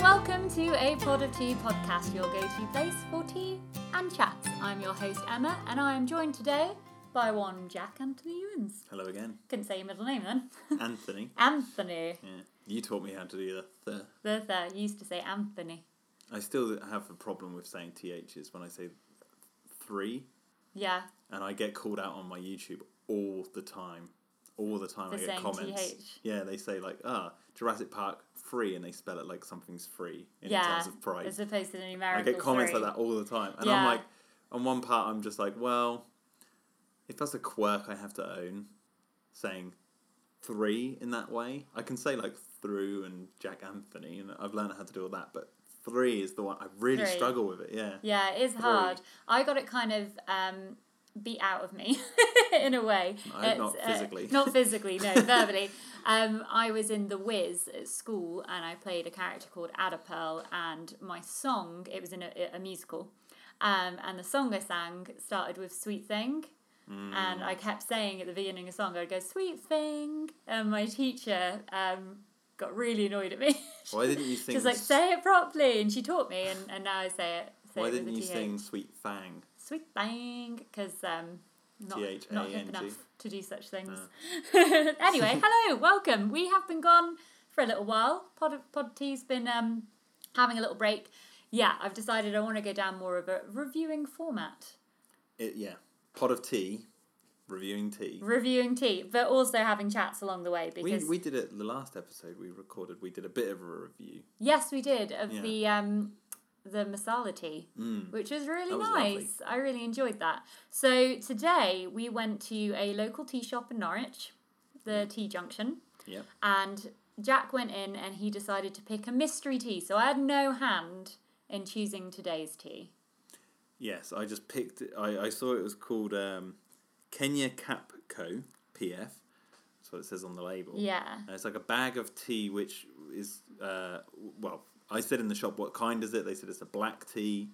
to a Pod of Tea podcast, your go to place for tea and chats. I'm your host, Emma, and I am joined today by one Jack Anthony Ewins. Hello again, Couldn't say your middle name then. Anthony. Anthony. Yeah, you taught me how to do the. the The, the used to say Anthony. I still have a problem with saying ths when I say three, Yeah, and I get called out on my YouTube all the time. All the time, For I get saying comments. TH. Yeah, they say like, ah, Jurassic Park free, and they spell it like something's free in yeah. terms of price. As opposed to the numerical. I get comments three. like that all the time, and Yeah. I'm like, on one part, I'm just like, well, if that's a quirk I have to own, saying three in that way, I can say like through and Jack Anthony, and I've learned how to do all that, but three is the one I really Three. struggle with it. Yeah, Yeah, it is hard. I got it kind of um, beat out of me in a way. No, not It's, uh, physically. not physically, no, verbally. Um, I was in The Wiz at school and I played a character called Ada Pearl, and my song, it was in a, a musical, um, and the song I sang started with Sweet Thing. And Mm. I kept saying at the beginning of the song, I'd go, Sweet Thing. And my teacher um, got really annoyed at me. Why didn't you sing She's like, s- say it properly. And she taught me, and, and now I say it. Say why it with didn't a you TH. sing Sweet Fang? Sweet bang, because um, not, not hip T-H-A-N-G. enough to do such things. Ah. anyway, hello, welcome. We have been gone for a little while. Pod, Pod T's been um, having a little break. Yeah, I've decided I want to go down more of a reviewing format. It, yeah, pot of tea, reviewing tea. Reviewing tea, but also having chats along the way We, because we did it the last episode we recorded. We did a bit of a review. yes, we did of Yeah. Mm. the um the masala tea, which was really That was lovely. nice. I really enjoyed that. So today we went to a local tea shop in Norwich, the Tea Junction. Yep. and Jack went in and he decided to pick a mystery tea. So I had no hand in choosing today's tea. Yes, I just picked it. I, I saw it was called um, Kenya Cap Co. PF. That's what it says on the label. Yeah. And it's like a bag of tea, which is, uh, w- well, I said in the shop, what kind is it? They said it's a black tea.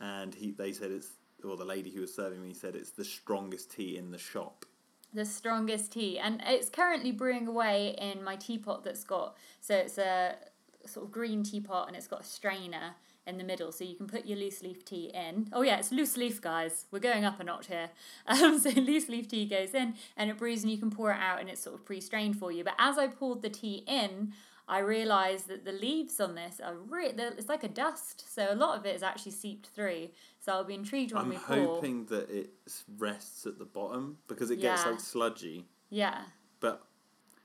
And he, they said it's, or the lady who was serving me said it's the strongest tea in the shop. The strongest tea. And it's currently brewing away in my teapot that's got, so it's a sort of green teapot and it's got a strainer in the middle so you can put your loose leaf tea in. Oh, yeah, it's loose leaf, guys. We're going up a notch here. Um, so loose leaf tea goes in and it brews and you can pour it out and it's sort of pre strained for you. But as I poured the tea in, I realised that the leaves on this are re- they're- it's like a dust, so a lot of it is actually seeped through. So I'll be intrigued when I'm we pour. hoping that it s- rests at the bottom because it gets Yeah. like sludgy. Yeah. But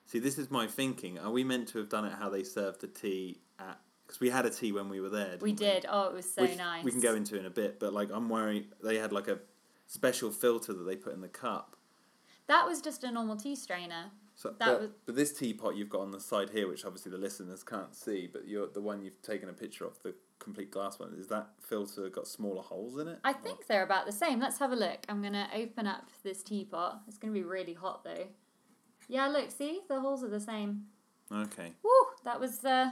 see, this is my thinking. Are we meant to have done it how they served the tea at? Because we had a tea when we were there. Didn't We did. Oh, it was so which nice. We can go into in a bit, but like I'm worried they had like a special filter that they put in the cup. That was just a normal tea strainer. So, That but, was- but this teapot you've got on the side here, which obviously the listeners can't see, but you're the one you've taken a picture of, the complete glass one. Is that filter got smaller holes in it? I Or- think they're about the same. Let's have a look. I'm going to open up this teapot. It's going to be really hot though. Yeah, look, see? The holes are the same. Okay. Woo! That was uh,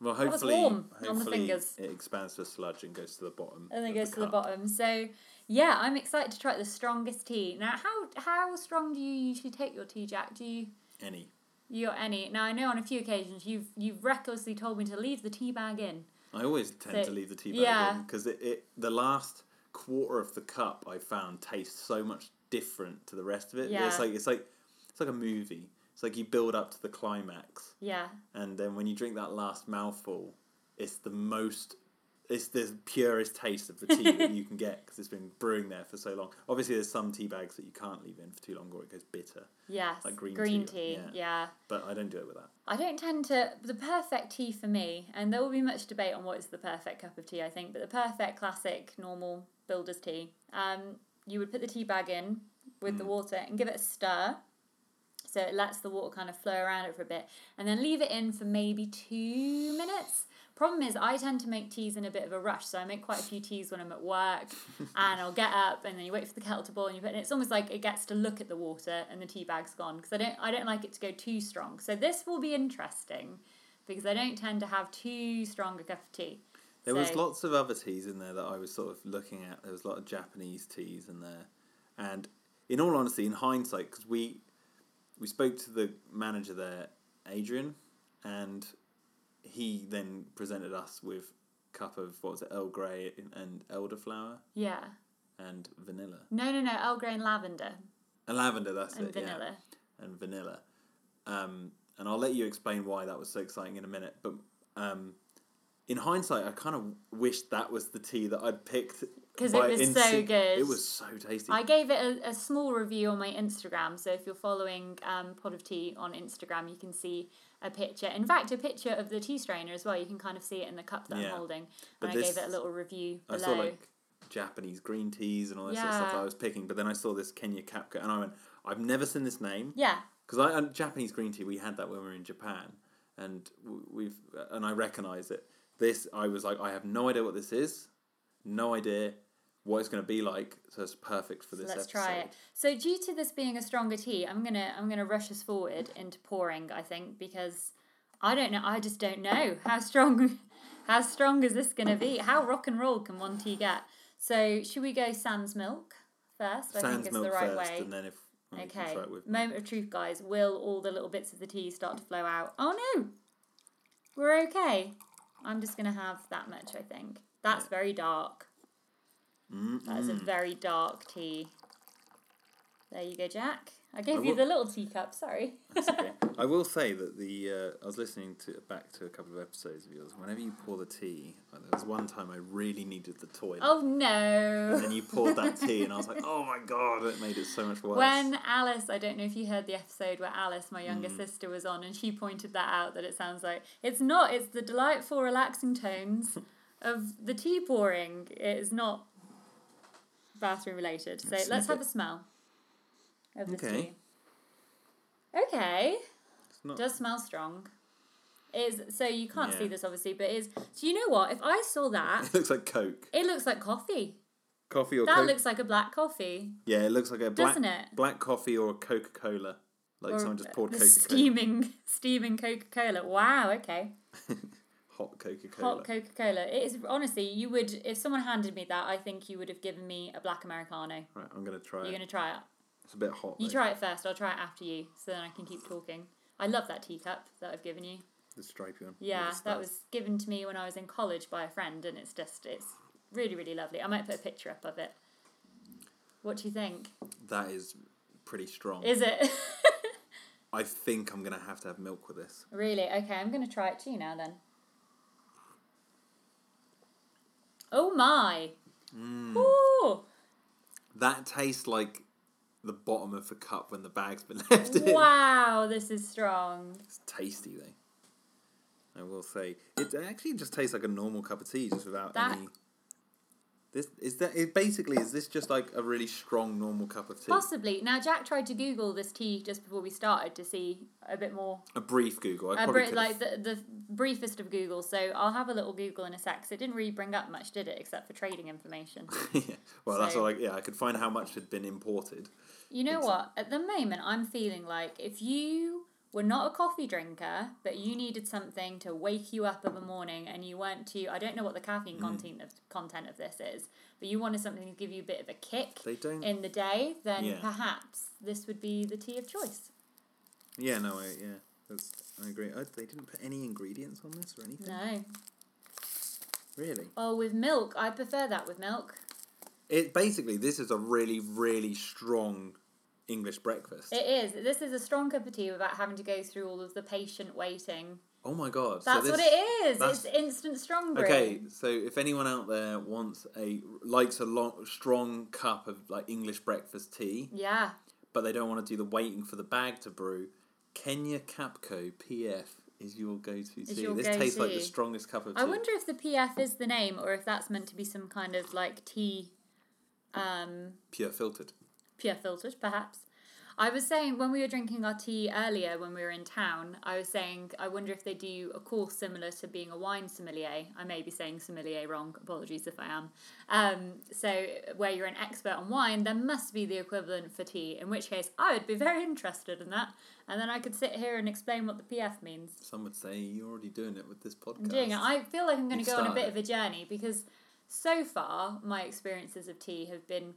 Well, was hopefully, warm on the hopefully fingers. it expands to sludge and goes to the bottom. and then of goes to the cup. bottom. So, yeah, I'm excited to try the strongest tea. Now, how how strong do you usually take your tea, Jack? Do you Any. you got any? Now, I know on a few occasions you've you've recklessly told me to leave the tea bag in. I always tend So- to leave the tea bag yeah. because it, it the last quarter of the cup I found tastes so much different to the rest of it. Yeah. It's like it's like it's like a movie. It's like you build up to the climax, Yeah. and then when you drink that last mouthful, it's the most it's the purest taste of the tea that you can get because it's been brewing there for so long. Obviously, there's some tea bags that you can't leave in for too long or it goes bitter. Yes. Like tea. green tea, yeah. yeah. But I don't do it with that. I don't tend to. The perfect tea for me, and there will be much debate on what is the perfect cup of tea, I think, but the perfect classic normal builder's tea, um, you would put the tea bag in with Mm. the water and give it a stir so it lets the water kind of flow around it for a bit and then leave it in for maybe two minutes. Problem is, I tend to make teas in a bit of a rush, so I make quite a few teas when I'm at work and I'll get up and then you wait for the kettle to boil and you put and it's almost like it gets to look at the water and the tea bag's gone because I don't I don't like it to go too strong. So this will be interesting because I don't tend to have too strong a cup of tea. There was So- lots of other teas in there that I was sort of looking at. There was a lot of Japanese teas in there, and in all honesty, in hindsight, because we we spoke to the manager there, Adrian, and he then presented us with cup of what was it, Earl Grey and elderflower Yeah. and vanilla. No, no, no. Earl Grey and lavender And lavender, that's and it. vanilla. Yeah, and vanilla. Um, and I'll let you explain why that was so exciting in a minute. But um, in hindsight, I kind of wish that was the tea that I'd picked. 'Cause it by was so good. It was so tasty. I gave it a, a small review on my Instagram, so if you're following um, Pod of Tea on Instagram, you can see a picture. In fact, a picture of the tea strainer as well. You can kind of see it in the cup that Yeah. I'm holding. But and I this- gave it a little review I below. saw like Japanese green teas and all that sort of stuff Yeah. I was picking, but then I saw this Kenya Kapka and I went, I've never seen this name yeah, because I and Japanese green tea we had that when we were in Japan and w- we've and I recognize it. This I was like, I have no idea what this is, no idea what it's going to be like, so it's perfect for this. let's episode. try it. So due to this being a stronger tea, I'm gonna I'm gonna rush us forward into pouring. I think because I don't know. I just don't know how strong how strong is this gonna be? How rock and roll can one tea get? So should we go Sans milk first? I think Sans it's milk the right first, way. and then if well, you can Okay. try it with Moment of truth, guys. Will all the little bits of the tea start to flow out? Oh no, we're okay. I'm just gonna have that much. I think that's very dark. That is a very dark tea. There you go, Jack. I gave I you will- the little teacup. Sorry. That's okay. I will say that the uh, I was listening to back to a couple of episodes of yours. Whenever you pour the tea, like, there was one time I really needed the toilet. Oh And then no. you poured that tea, and I was like, "Oh my god!" It made it so much worse. When Alice, I don't know if you heard the episode where Alice, my younger Mm. sister, was on, and she pointed that out that it sounds like it's not. It's the delightful, relaxing tones of the tea pouring. It is not bathroom related. So Let's let's, sniff have it. a smell of this Okay. tea. Okay. It's not- does smell strong. Is so you can't see Yeah. this obviously, but is so you know what? If I saw that, it looks like Coke, it looks like coffee. coffee or That Coke. looks like a black coffee. yeah, it looks like a black Doesn't it? black coffee or Coca Cola. Like Or someone just poured the Coca Cola, steaming steaming Coca Cola. Wow, okay. hot Coca Cola. Hot Coca Cola. It is honestly you would if someone handed me that, I think you would have given me a black Americano. right, I'm gonna try. You're it. gonna try it. It's a bit hot. You though. try it first, I'll try it after you, so then I can keep talking. I love that teacup that I've given you. The stripy one. Yeah, Yes, that that's- was given to me when I was in college by a friend, and it's just it's really really lovely. I might put a picture up of it. What do you think? that is pretty strong. Is it I think I'm gonna have to have milk with this. really okay? I'm gonna try it to you now then. Oh my! Mm. Ooh! That tastes like the bottom of the cup when the bag's been left in. Wow, this is strong. It's tasty though. I will say it actually just tastes like a normal cup of tea, just without That- any. This is that. It basically is this just like a really strong normal cup of tea? Possibly now, Jack tried to Google this tea just before we started to see a bit more a brief Google. I a probably bri- could like the, the briefest of Google. So I'll have a little Google in a sec. 'cause it didn't really bring up much, did it? Except for trading information. yeah. Well, that's So- all. I, yeah, I could find how much had been imported. You know Exactly. what? At the moment, I'm feeling like if you were not a coffee drinker, but you needed something to wake you up of a morning, and you weren't too. I don't know what the caffeine Mm-hmm. content of content of this is, but you wanted something to give you a bit of a kick They don't. in the day, then Yeah. perhaps this would be the tea of choice. yeah. No. I, yeah. That's. I agree. Oh, they didn't put any ingredients on this or anything. No. Really. Oh, with milk, I prefer that with milk. It basically this is a really really strong English breakfast. It is. This is a strong cup of tea without having to go through all of the patient waiting. oh my god. so That's this- what it is. that's- It's instant strong brew. Okay, so if anyone out there wants a likes a long, strong cup of like English breakfast tea, Yeah. but they don't want to do the waiting for the bag to brew, Kenya Capco PF is your go-to tea. your This tastes like the go-to. strongest cup of tea. I wonder if the PF is the name or if that's meant to be some kind of like tea um, Pure filtered. pure filtered, perhaps. I was saying when we were drinking our tea earlier when we were in town, I was saying I wonder if they do a course similar to being a wine sommelier. I may be saying sommelier wrong. Apologies if I am. Um, so where you're an expert on wine, there must be the equivalent for tea. In which case, I would be very interested in that, and then I could sit here and explain what the PF means. Some would say you're already doing it with this podcast. I'm doing it. I feel like I'm going You've to go on a bit started. of a journey because so far my experiences of tea have been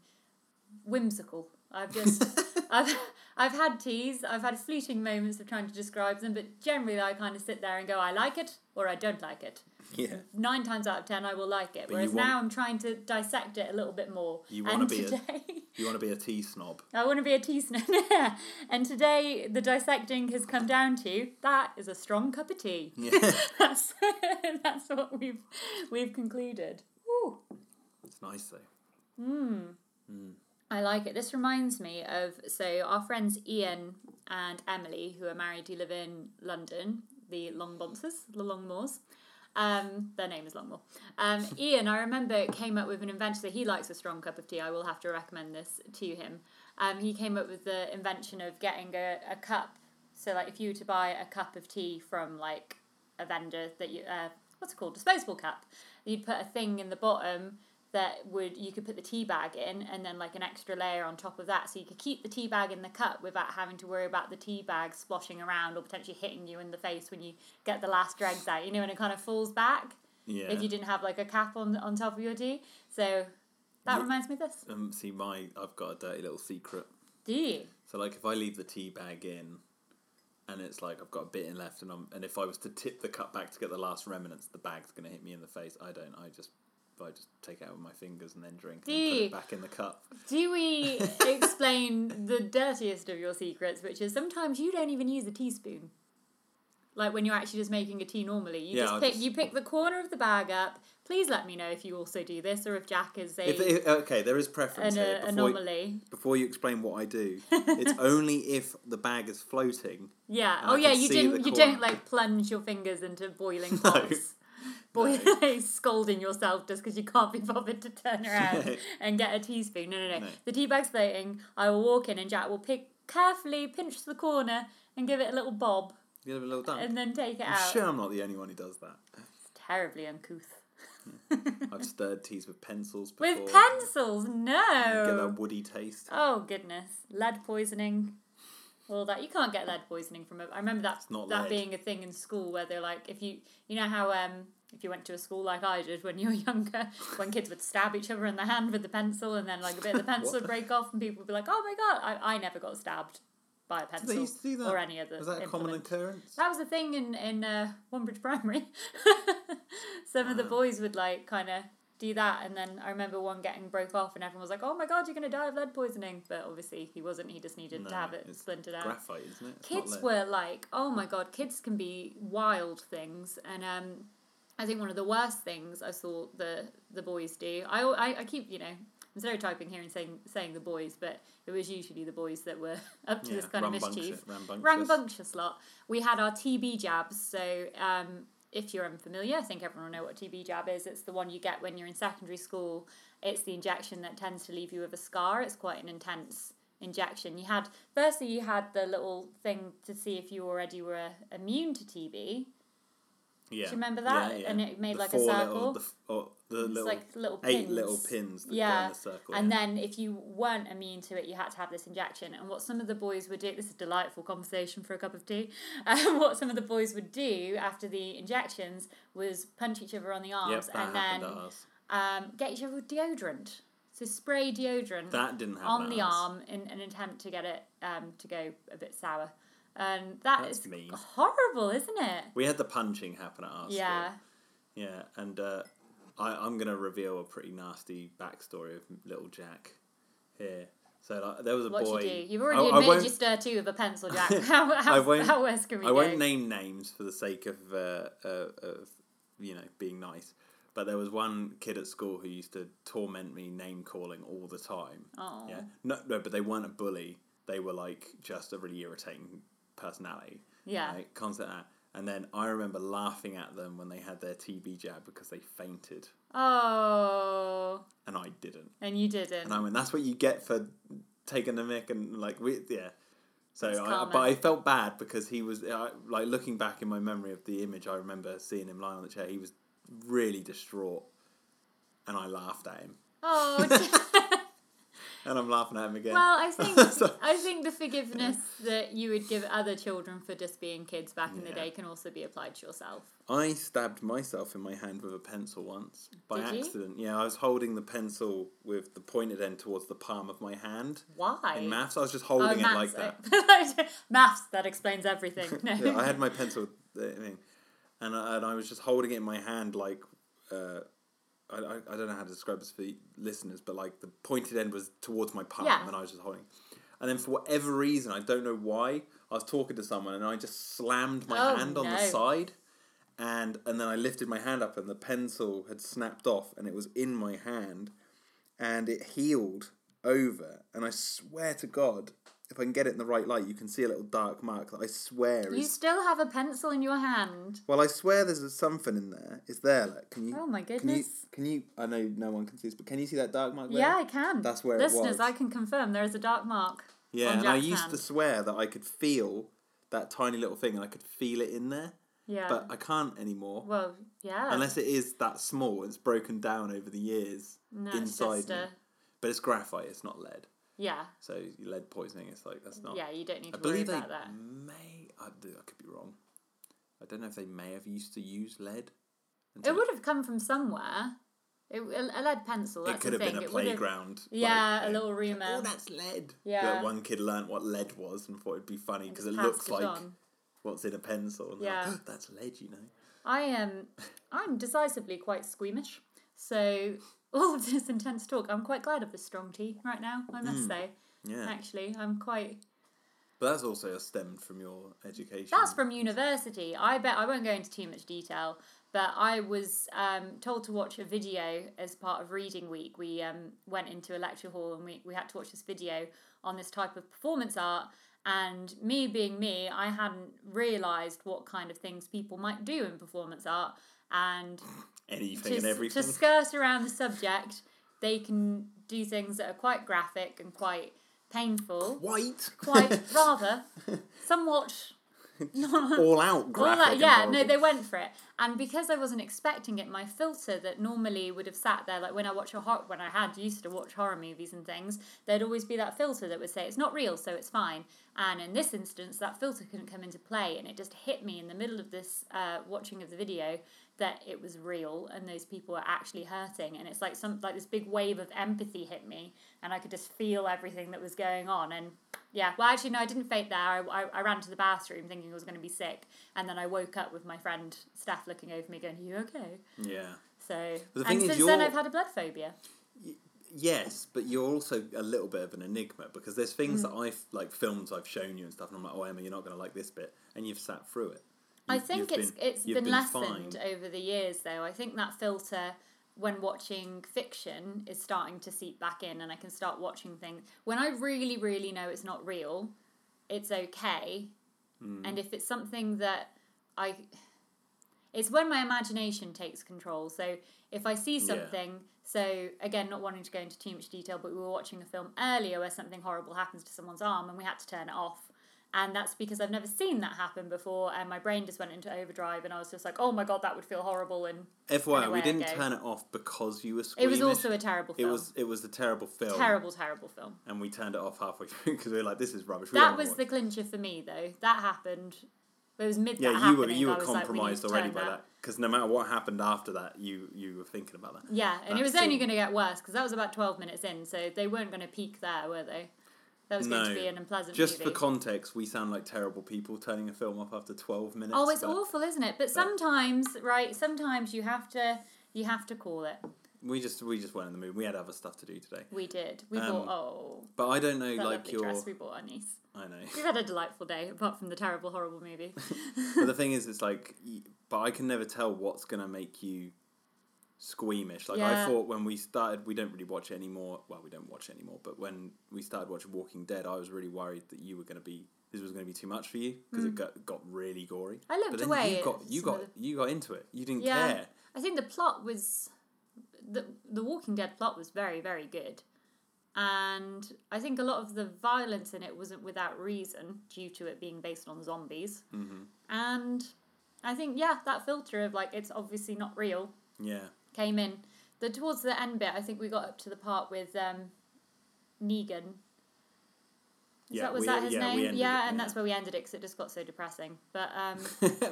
whimsical. I've just I've I've had teas. I've had fleeting moments of trying to describe them, but generally I kind of sit there and go, I like it or I don't like it. Yeah. nine times out of ten I will like it. you Whereas want- now I'm trying to dissect it a little bit more. You wanna and be a- today You want to be a tea snob. I want to be a tea snob. and today the dissecting has come down to that is a strong cup of tea. Yeah. that's that's what we've we've concluded. Woo. it's nice though. I like it. This reminds me of so our friends Ian and Emily, who are married, who live in London, the Longbonsers, the Longmores. Um, their name is Longmore. Um, Ian, I remember, came up with an invention. So he likes a strong cup of tea. I will have to recommend this to him. Um, he came up with the invention of getting a, a cup. So like, if you were to buy a cup of tea from like a vendor that you uh, what's it called disposable cup you'd put a thing in the bottom that would you could put the tea bag in and then like an extra layer on top of that so you could keep the tea bag in the cup without having to worry about the tea bag splashing around or potentially hitting you in the face when you get the last dregs out you know and it kind of falls back Yeah. if you didn't have like a cap on on top of your tea so that Yeah. reminds me of this um, see, my I've got a dirty little secret. do you So like, if I leave the tea bag in, and it's like I've got a bit in left, and I'm, and if I was to tip the cup back to get the last remnants, the bag's gonna hit me in the face. I don't. I just. I just take it out with my fingers and then drink and then put Dee. it back in the cup. do we explain the dirtiest of your secrets, which is sometimes you don't even use a teaspoon. Like when you're actually just making a tea normally, you Yeah, just I'll pick just- you pick the corner of the bag up. Please let me know if you also do this or if Jack is a If, if, okay, there is preference an here. uh, Before, anomaly. before you explain what I do, it's only if the bag is floating Yeah. and Oh I yeah, can you see didn't the you don't corner. like plunge your fingers into boiling No. pots. Boy, scolding yourself just because you can't be bothered to turn around and get a teaspoon. No, no, no, No. The tea bag's floating. I will walk in and Jack will pick carefully, pinch the corner, and give it a little bob, You have a little dump. and then take it I'm out. sure I'm not the only one who does that. Terribly uncouth. I've stirred teas with pencils before. With and pencils, Get no. that woody taste. Oh goodness, lead poisoning. All that you can't get lead poisoning from it. I remember that not that lead. being a thing in school where they're like, if you you know how um if you went to a school like I did when you were younger, when kids would stab each other in the hand with the pencil and then like a bit of the pencil would break off and people would be like, oh my god, I, I never got stabbed by a pencil they used to do that? or any other. Is that a common implement. occurrence? That was a thing in in uh, Wanbridge Primary. Some of the Wow. boys would like kind of do that, and then I remember one getting broke off, and everyone was like, "Oh my god, you're gonna die of lead poisoning!" But obviously he wasn't. He just needed to No, have it it's splintered out. Graphite, isn't it? It's not uh, Kids lead. were like, "Oh my god, kids can be wild things," and um, I think one of the worst things I saw the the boys do. I al- I, I keep you know. I'm stereotyping here and saying saying the boys, but it was usually the boys that were up to Yeah, this kind of rambunctious- mischief Rambunctious. rambunctious lot. We had our TB jabs. So um, if you're unfamiliar, I think everyone will know what TB jab is. It's the one you get when you're in secondary school. It's the injection that tends to leave you with a scar. It's quite an intense injection. You had firstly you had the little thing to see if you already were immune to TB. Yeah. Do you remember that? Yeah, yeah. And it made The like a four circle. Little, the, f- oh, the It's little like little eight pins. little pins that go Yeah. in the circle. And yeah. then if you weren't immune to it, you had to have this injection. And what some of the boys would do, this is a delightful conversation for a cup of tea. Um, what some of the boys would do after the injections was punch each other on the Yep, arms that and happened uh, then at us. um, get each other with deodorant. So spray deodorant That didn't happen on at the us. arm in an attempt to get it um, to go a bit sour. And that That's is mean. horrible, isn't it? We had the punching happen at us. Yeah. Yeah, and uh, I, I'm going to reveal a pretty nasty backstory of little Jack here. So like, there was a What boy. you do? You've I- already I admitted won't- you stir two with a pencil, Jack. How, how, won't- how worse can we I go? won't name names for the sake of, uh, uh, of you know being nice, but there was one kid at school who used to torment me name calling all the time. Oh. Yeah, no, no, but they weren't a bully. They were like just a really irritating personality. Yeah. Like, constant at. And then I remember laughing at them when they had their TB jab because they fainted Oh, and I didn't. and you didn't. And I went, that's what you get for taking the mic and like we yeah. So It's I, karma. but I felt bad because he was I, like looking back in my memory of the image. I remember seeing him lying on the chair. He was really distraught, and I laughed at him. oh, dear. And I'm laughing at him again. well, I think So- I think the forgiveness that you would give other children for just being kids back in the Yeah. day can also be applied to yourself. I stabbed myself in my hand with a pencil once by Did you? accident. Yeah, I was holding the pencil with the pointed end towards the palm of my hand. Why? Oh, In maths, I was just holding it like that. that. maths that explains everything. No. Yeah, I had my pencil. I mean, and I, and I was just holding it in my hand like uh, I, I, I don't know how to describe this for the listeners, but like the pointed end was towards my palm, Yeah. and I was just holding. And then for whatever reason, I don't know why, I was talking to someone, and I just slammed my Oh, hand on the no. side, and and then I lifted my hand up, and the pencil had snapped off, and it was in my hand, and it healed over, and I swear to God. If I can get it in the right light, you can see a little dark mark that I swear You is still have a pencil in your hand. well, I swear there's something in there. It's there. Like, can you? Oh my goodness. Can you? Can you? I know no one can see this, but can you see that dark mark there? Yeah, I can. That's where it Listeners, was. I can confirm there is a dark mark. Yeah, on and I Jack's used hand. to swear that I could feel that tiny little thing, and I could feel it in there, Yeah. but I can't anymore. well, yeah. Unless it is that small, it's broken down over the years no, inside it's just me. a, But it's graphite; it's not lead. yeah, So lead poisoning, it's like that's not. yeah. You don't need I to worry believe they about that. may. I, do- I could be wrong. I don't know if they may have used to use lead. It until would have come from somewhere. It, a a lead pencil. That's it could the have thing. been a it would have- playground. like, Yeah, thing. a little rumor. Oh, that's lead. Yeah. That one kid learnt what lead was and thought it'd be funny because it looks like what's in a pencil. And yeah. Yeah. that's lead, you know. I am. I'm decisively quite squeamish. So all of this intense talk, I'm quite glad of the strong tea right now. I must say, Hmm, Yeah. actually, I'm quite. But that's also stemmed from your education. That's from university. I bet I won't go into too much detail, but I was um, told to watch a video as part of reading week. We um, went into a lecture hall and we, we had to watch this video on this type of performance art. And me being me, I hadn't realised what kind of things people might do in performance art. And anything to, and s- everything. to skirt around the subject, they can do things that are quite graphic and quite painful, White. quite rather somewhat. All out All graphic. that, and yeah, no, horrible. they went for it, and because I wasn't expecting it, my filter that normally would have sat there, like when I watch a hor- when I had used to watch horror movies and things, there'd always be that filter that would say it's not real, so it's fine. And in this instance, that filter couldn't come into play, and it just hit me in the middle of this uh, watching of the video that it was real and those people were actually hurting, and it's like some like this big wave of empathy hit me, and I could just feel everything that was going on, and yeah, well, actually, no, I didn't faint there. I, I, I ran to the bathroom thinking I was going to be sick, and then I woke up with my friend staff looking over me, going, "Are you okay?" Yeah. So, the thing and is, since you're- then, I've had a blood phobia. Yes, but you're also a little bit of an enigma because there's Mm. things that I've like films I've shown you and stuff, and I'm like, oh Emma, you're not going to like this bit, and you've sat through it. I You've- think you've it's been- it's you've been, been lessened fine. over the years, though. I think that filter when watching fiction is starting to seep back in, and I can start watching things when I really, really know it's not real. It's okay, Mm. and if it's something that I, it's when my imagination takes control. So if I see something. So again, not wanting to go into too much detail, but we were watching a film earlier where something horrible happens to someone's arm, and we had to turn it off and that's because I've never seen that happen before, and my brain just went into overdrive, and I was just like, "Oh my god, that would feel horrible." And FYI, Anyway, we I didn't go. turn it off because you were it squeamish. was also a terrible It film. was it was a terrible film, terrible, terrible film. and we turned it off halfway through because we were like, "This is rubbish." We That don't was watch the clincher for me, though. That happened. It was mid. yeah. that you were happening, you I were was compromised like, we already need to by turn that because no matter what happened after that, you you were thinking about that. Yeah, and that it was scene. only going to get worse because that was about twelve minutes in, so they weren't going to peak there, were they? That was going No. to be an unpleasant. Just movie. for context, we sound like terrible people turning a film off after twelve minutes. Oh, it's but awful, isn't it? But sometimes, right? Sometimes you have to you have to call it. We just we just weren't in the mood. We had other stuff to do today, We did. We Um, bought oh. but I don't know That like lovely your dress we bought our niece. I know. We've had a delightful day, apart from the terrible, horrible movie. but the thing is, it's like, y- but I can never tell what's gonna make you squeamish. Like I Yeah. thought when we started, we don't really watch it anymore. Well, we don't watch it anymore. But when we started watching Walking Dead, I was really worried that you were gonna be this was gonna be too much for you because it got, got really gory. Hmm. I looked but then away You at got you some got of you got into it. You didn't Yeah. care. I think the plot was, the the Walking Dead plot was very, very good, and I think a lot of the violence in it wasn't without reason, due to it being based on zombies. Mm-hmm. And I think yeah, that filter of like it's obviously not real Yeah. came in. The towards the end bit, I think we got up to the part with um, Negan. Is Yeah, that, was we- e, that his yeah, we name? ended yeah, it, and yeah. that's where we ended it because it just got so depressing. But um,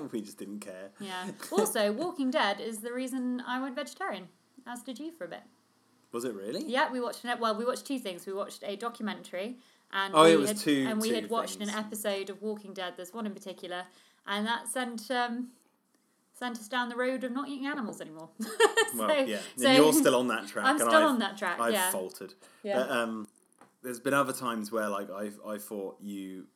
we just didn't care. yeah. Also, Walking Dead is the reason I went vegetarian, as did you for a bit. Was it really? Yeah, we watched an, well, we watched two things. We watched a documentary, and Oh, we it was had, two- and we two had watched things. an episode of Walking Dead. There's one in particular, and that sent um, sent us down the road of not eating animals anymore. so, Well, yeah. so You're still on that track. I'm and still I've- on that track. I've yeah. faltered. Yeah. But um, there's been other times where like I I thought you,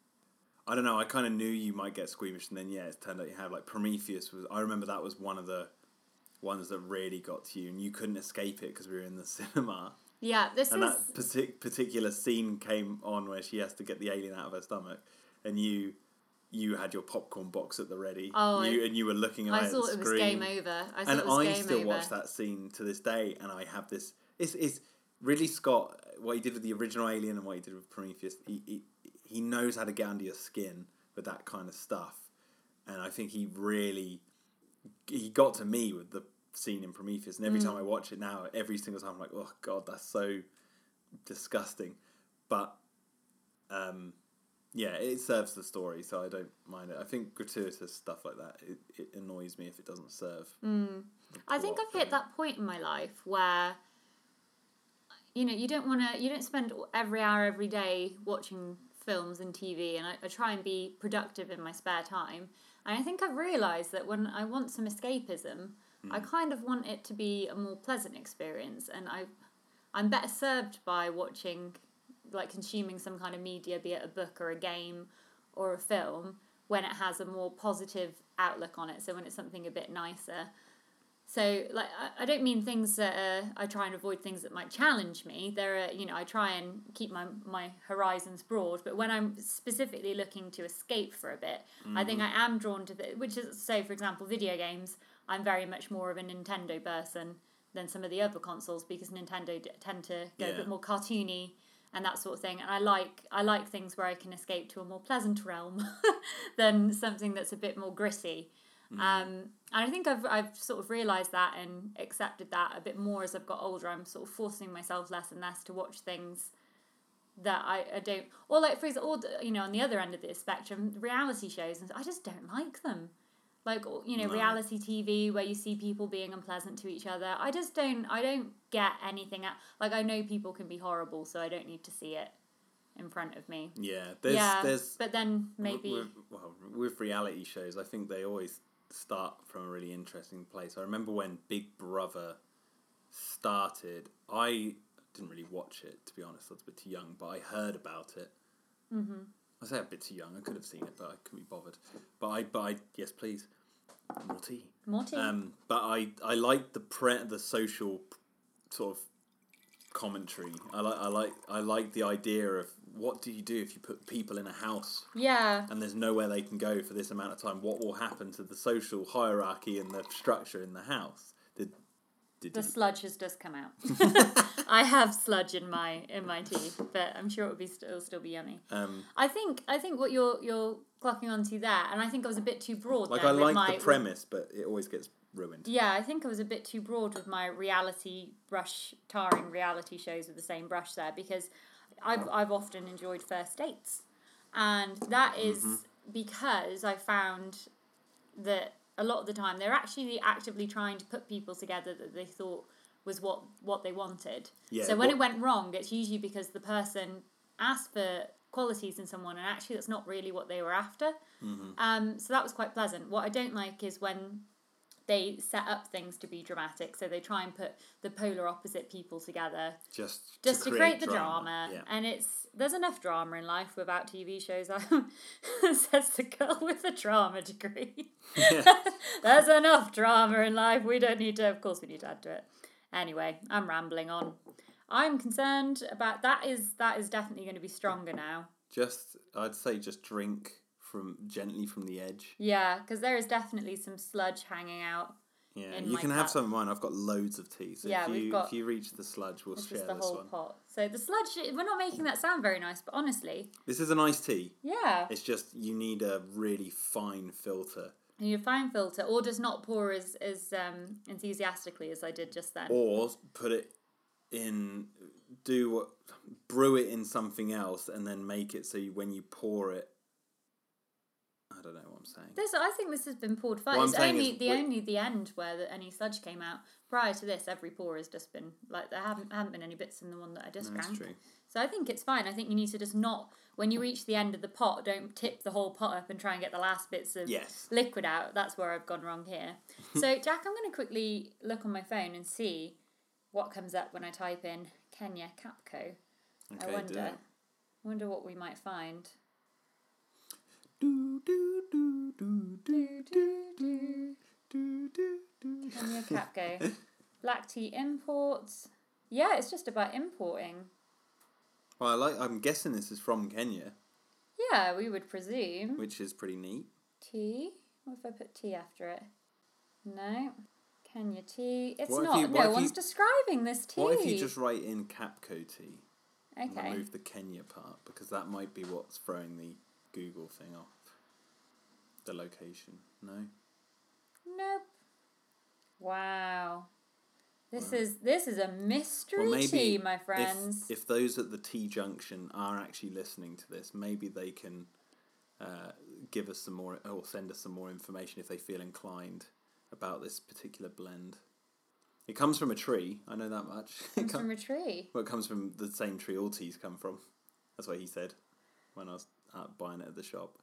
I don't know. I kind of knew you might get squeamish, and then yeah, it turned out you have like Prometheus was. I remember that was one of the ones that really got to you, and you couldn't escape it because we were in the cinema. yeah. This And is that partic- particular scene came on where she has to get the alien out of her stomach, and you. You had your popcorn box at the ready, Oh, I- you, and you were looking away I at the thought it screen was game over. I thought and it was I game still over. watch that scene to this day, and I have this. It's, it's Ridley Scott, what he did with the original Alien and what he did with Prometheus, he, he, he knows how to get under your skin with that kind of stuff. And I think he really he got to me with the scene in Prometheus. And Mm. every time I watch it now, every single time I'm like, oh god, that's so disgusting. But um, yeah, it serves the story, so I don't mind it. I think gratuitous stuff like that it, it annoys me if it doesn't serve. Mm. I think plot I've hit thing. that point in my life where you know you don't want to you don't spend every hour every day watching films and TV and I, I try and be productive in my spare time and I think I've realized that when I want some escapism I kind of want it to be a more pleasant experience and I I'm better served by watching like consuming some kind of media be it a book or a game or a film when it has a more positive outlook on it so when it's something a bit nicer so like I, I don't mean things that are, I try and avoid things that might challenge me. There are you know I try and keep my my horizons broad, but when I'm specifically looking to escape for a bit, I think I am drawn to the, which is say for example video games. I'm very much more of a Nintendo person than some of the other consoles because Nintendo d- tend to go a Yeah. bit more cartoony and that sort of thing. And I like I like things where I can escape to a more pleasant realm than something that's a bit more gritty. Mm. Um, and I think I've, I've sort of realised that and accepted that a bit more as I've got older. I'm sort of forcing myself less and less to watch things that I, I don't, or like for example, or, the- you know, on the other end of the spectrum, reality shows, and I just don't like them. Like or, you know, No. reality TV where you see people being unpleasant to each other. I just don't. I don't get anything. Out, like I know people can be horrible, so I don't need to see it in front of me. Yeah, there's yeah, there's but then w- maybe. with, well with reality shows, I think they always start from a really interesting place. I remember when Big Brother started. I didn't really watch it to be honest. I was a bit too young, but I heard about it. Mm-hmm. I say a bit too young. I could have seen it, but I couldn't be bothered. But I, but I, yes, please, more tea. More tea. Um, but I I like the pre- the social sort of commentary. I like I like I like the idea of what do you do if you put people in a house yeah. and there's nowhere they can go for this amount of time? What will happen to the social hierarchy and the structure in the house? Did did The you- sludge has just come out. I have sludge in my in my tea, but I'm sure it'll be st- it'll still be yummy. um, I think I think what you're you're clocking onto there, and I think I was a bit too broad. like then I with like my, the premise, but it always gets ruined. Yeah, I think I was a bit too broad with my reality brush tarring reality shows with the same brush there because I've I've often enjoyed first dates, and that is Mm-hmm. because I found that a lot of the time they're actually actively trying to put people together that they thought was what what they wanted. Yeah, so when what- it went wrong, it's usually because the person asked for qualities in someone, and actually that's not really what they were after. Mm-hmm. Um, so that was quite pleasant. What I don't like is when they set up things to be dramatic, so they try and put the polar opposite people together Just just to create, the drama. Yeah. And it's there's enough drama in life without TV shows. um, says the girl with a drama degree. there's enough drama in life. We don't need to. Of course, we need to add to it. Anyway, I'm rambling on. I'm concerned about that. Is that is definitely going to be stronger now? Just I'd say just drink from gently from the edge. Yeah, because there is definitely some sludge hanging out. Yeah, in you my can have cup. some of mine. I've got loads of tea. So Yeah, if, we've you, got- if you reach the sludge, we'll It's share just the this whole one. pot. So the sludge. We're not making that sound very nice, but honestly, This is an iced tea. yeah. It's just you need a really fine filter. You need a fine filter, or just not pour as as um, enthusiastically as I did just then. Or put it in, do what, brew it in something else and then make it so you, when you pour it, I I don't know what I'm saying. This, I think this has been poured fine. What I'm it's saying only is the we- only the end where the, any sludge came out. Prior to this, every pour has just been like there haven't haven't been any bits in the one that I just No, that's drank. true. So I think it's fine. I think you need to just not when you reach the end of the pot, don't tip the whole pot up and try and get the last bits of Yes. liquid out. That's where I've gone wrong here. so Jack, I'm going to quickly look on my phone and see what comes up when I type in Kenya Capco. I Okay, wonder. do it. I wonder what we might find. Do, do, do, do, do, do, do, do, do, do. Kenya Capco. Black tea imports. Yeah, it's just about importing. Well, I like, I'm guessing this is from Kenya, Yeah, we would presume. which is pretty neat. Tea? What if I put tea after it? No. Kenya tea. It's What if not. you- what no if one's you- describing this tea. What if you just write in Capco tea and Okay. remove the Kenya part because that might be what's throwing the Google thing off. The location, no. Nope. Wow. This is this is a mystery tea, my Hmm. if- friends. If, those at the T junction are actually listening to this, maybe they can uh, give us some more or send us some more information if they feel inclined about this particular blend. It comes from a tree. I know that much. Comes from a tree. well, it comes from the same tree all teas come from. That's what he said when I was out buying it at the shop.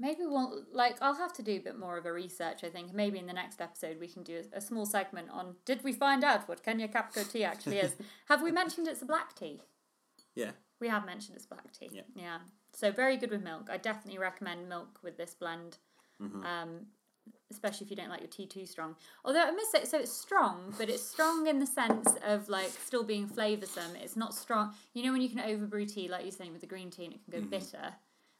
Maybe we'll like I'll have to do a bit more of a research, I think. Maybe in the next episode we can do a, a small segment on did we find out what Kenya Capco tea actually is? have we mentioned it's a black tea? Yeah, We have mentioned it's black tea. Yeah. So very good with milk. I definitely recommend milk with this blend. Um especially if you don't like your tea too strong. Although I must say so it's strong, but it's strong in the sense of like still being flavoursome. It's not strong. You know when you can overbrew tea like you're saying with the green tea and it can go bitter.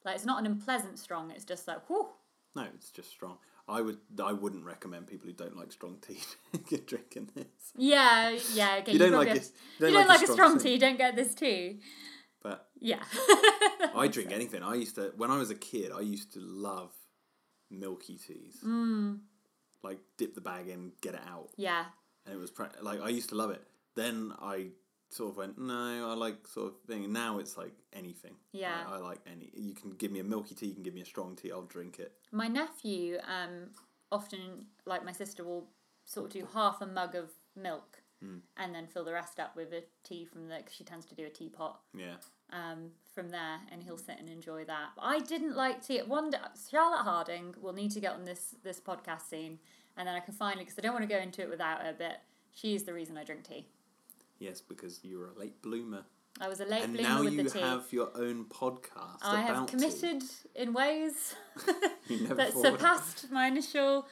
Like it's not an unpleasant strong, it's just like whew no, it's just strong. I would, I wouldn't recommend people who don't like strong tea drinking this. Yeah, yeah. Okay, You don't probably like have it. to- you don't like a strong tea, tea. Don't get this tea. but Yeah. I drink anything. I used to when I was a kid. I used to love milky teas. Mm. Like dip the bag in, get it out, yeah. and it was pre- like I used to love it. Then I sort of went no, I like sort of thing. Now it's like anything. Yeah. I, I like any. You can give me a milky tea. You can give me a strong tea. I'll drink it. My nephew, um, often like my sister will sort of do half a mug of milk Hmm. and then fill the rest up with a tea from the. Cause she tends to do a teapot. Yeah. um, from there, and he'll sit and enjoy that. But I didn't like tea. One day, Charlotte Harding will need to get on this this podcast soon, and then I can finally because I don't want to go into it without her. But she's the reason I drink tea. Yes, because you're a late bloomer, I was a late and bloomer now with you the tea. have your own podcast. I about have tea. committed in ways You never that thought- surpassed my initial.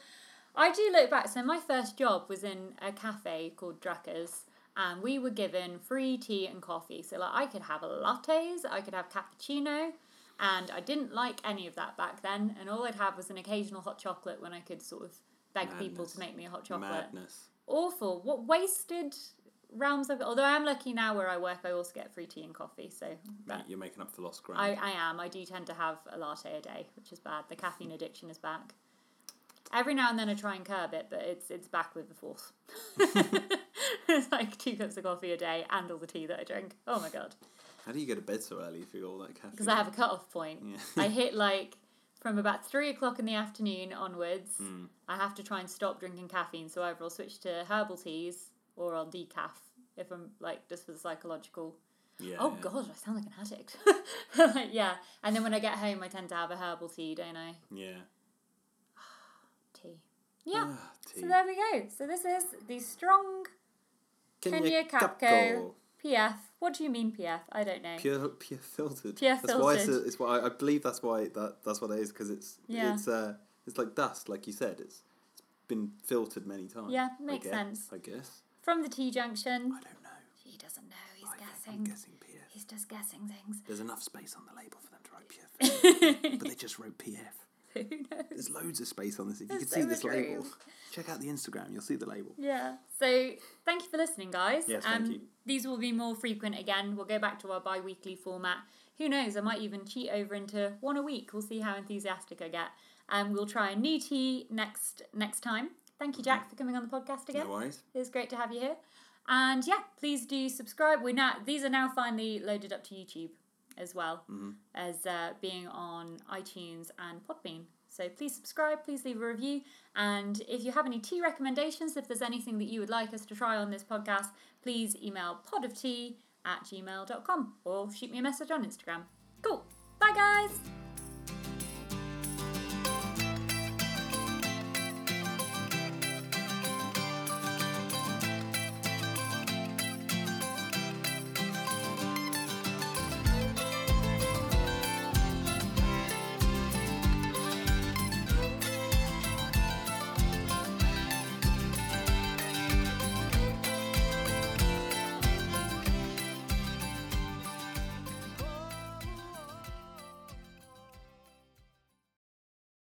I do look back. So my first job was in a cafe called Drucker's, and we were given free tea and coffee. So like I could have lattes, I could have cappuccino, and I didn't like any of that back then. And all I'd have was an occasional hot chocolate when I could sort of beg people Madness. to make me a hot chocolate madness. awful. What wasted realms of it. Although I'm lucky now where I work, I also get free tea and coffee. So that, You're making up for lost ground. I, I am. I do tend to have a latte a day, which is bad. The caffeine addiction is back. Every now and then I try and curb it, but it's it's back with the force. it's like two cups of coffee a day and all the tea that I drink. Oh my god. How do you go to bed so early if you got all that caffeine? Because I have a cut off point. Yeah. I hit like from about three o'clock in the afternoon onwards, Hmm. Mm, I have to try and stop drinking caffeine. So either I'll switch to herbal teas or I'll decaf if I'm like just for the psychological. Yeah. oh yeah. god, I sound like an addict. Like, yeah. And then when I get home, I tend to have a herbal tea, don't I? Yeah. Tea. Yeah. Ah, tea. so there we go. So this is the strong Kenya Capco Capco. PF. What do you mean PF? I don't know. Pure, pure filtered. Pure that's Why it's, filtered. a, it's why I, I believe that's why that that's what it is because it's Yeah. it's uh it's like dust, like you said. It's it's been filtered many times. Yeah, I makes guess- sense. I guess. From the Tea Junction. I don't know. He doesn't know. He's I think guessing. I'm guessing PF. He's just guessing things. There's enough space on the label for them to write PF, but they just wrote PF. Who knows? There's loads of space on this. If you There's could so see this much label, room. check out the Instagram. You'll see the label. Yeah. So thank you for listening, guys. Um, Yes, thank you. These will be more frequent again. We'll go back to our bi weekly format. Who knows? I might even cheat over into one a week. We'll see how enthusiastic I get. And we'll try a new tea next next time. Thank you, Mm-hmm. Jack, for coming on the podcast again. No worries. It was great to have you here. And yeah, please do subscribe. We're now these are now finally loaded up to YouTube as well as uh, being on iTunes and Podbean. So please subscribe, please leave a review, and if you have any tea recommendations, if there's anything that you would like us to try on this podcast, please email podoftea at gmail.com or shoot me a message on Instagram. Cool. Bye, guys.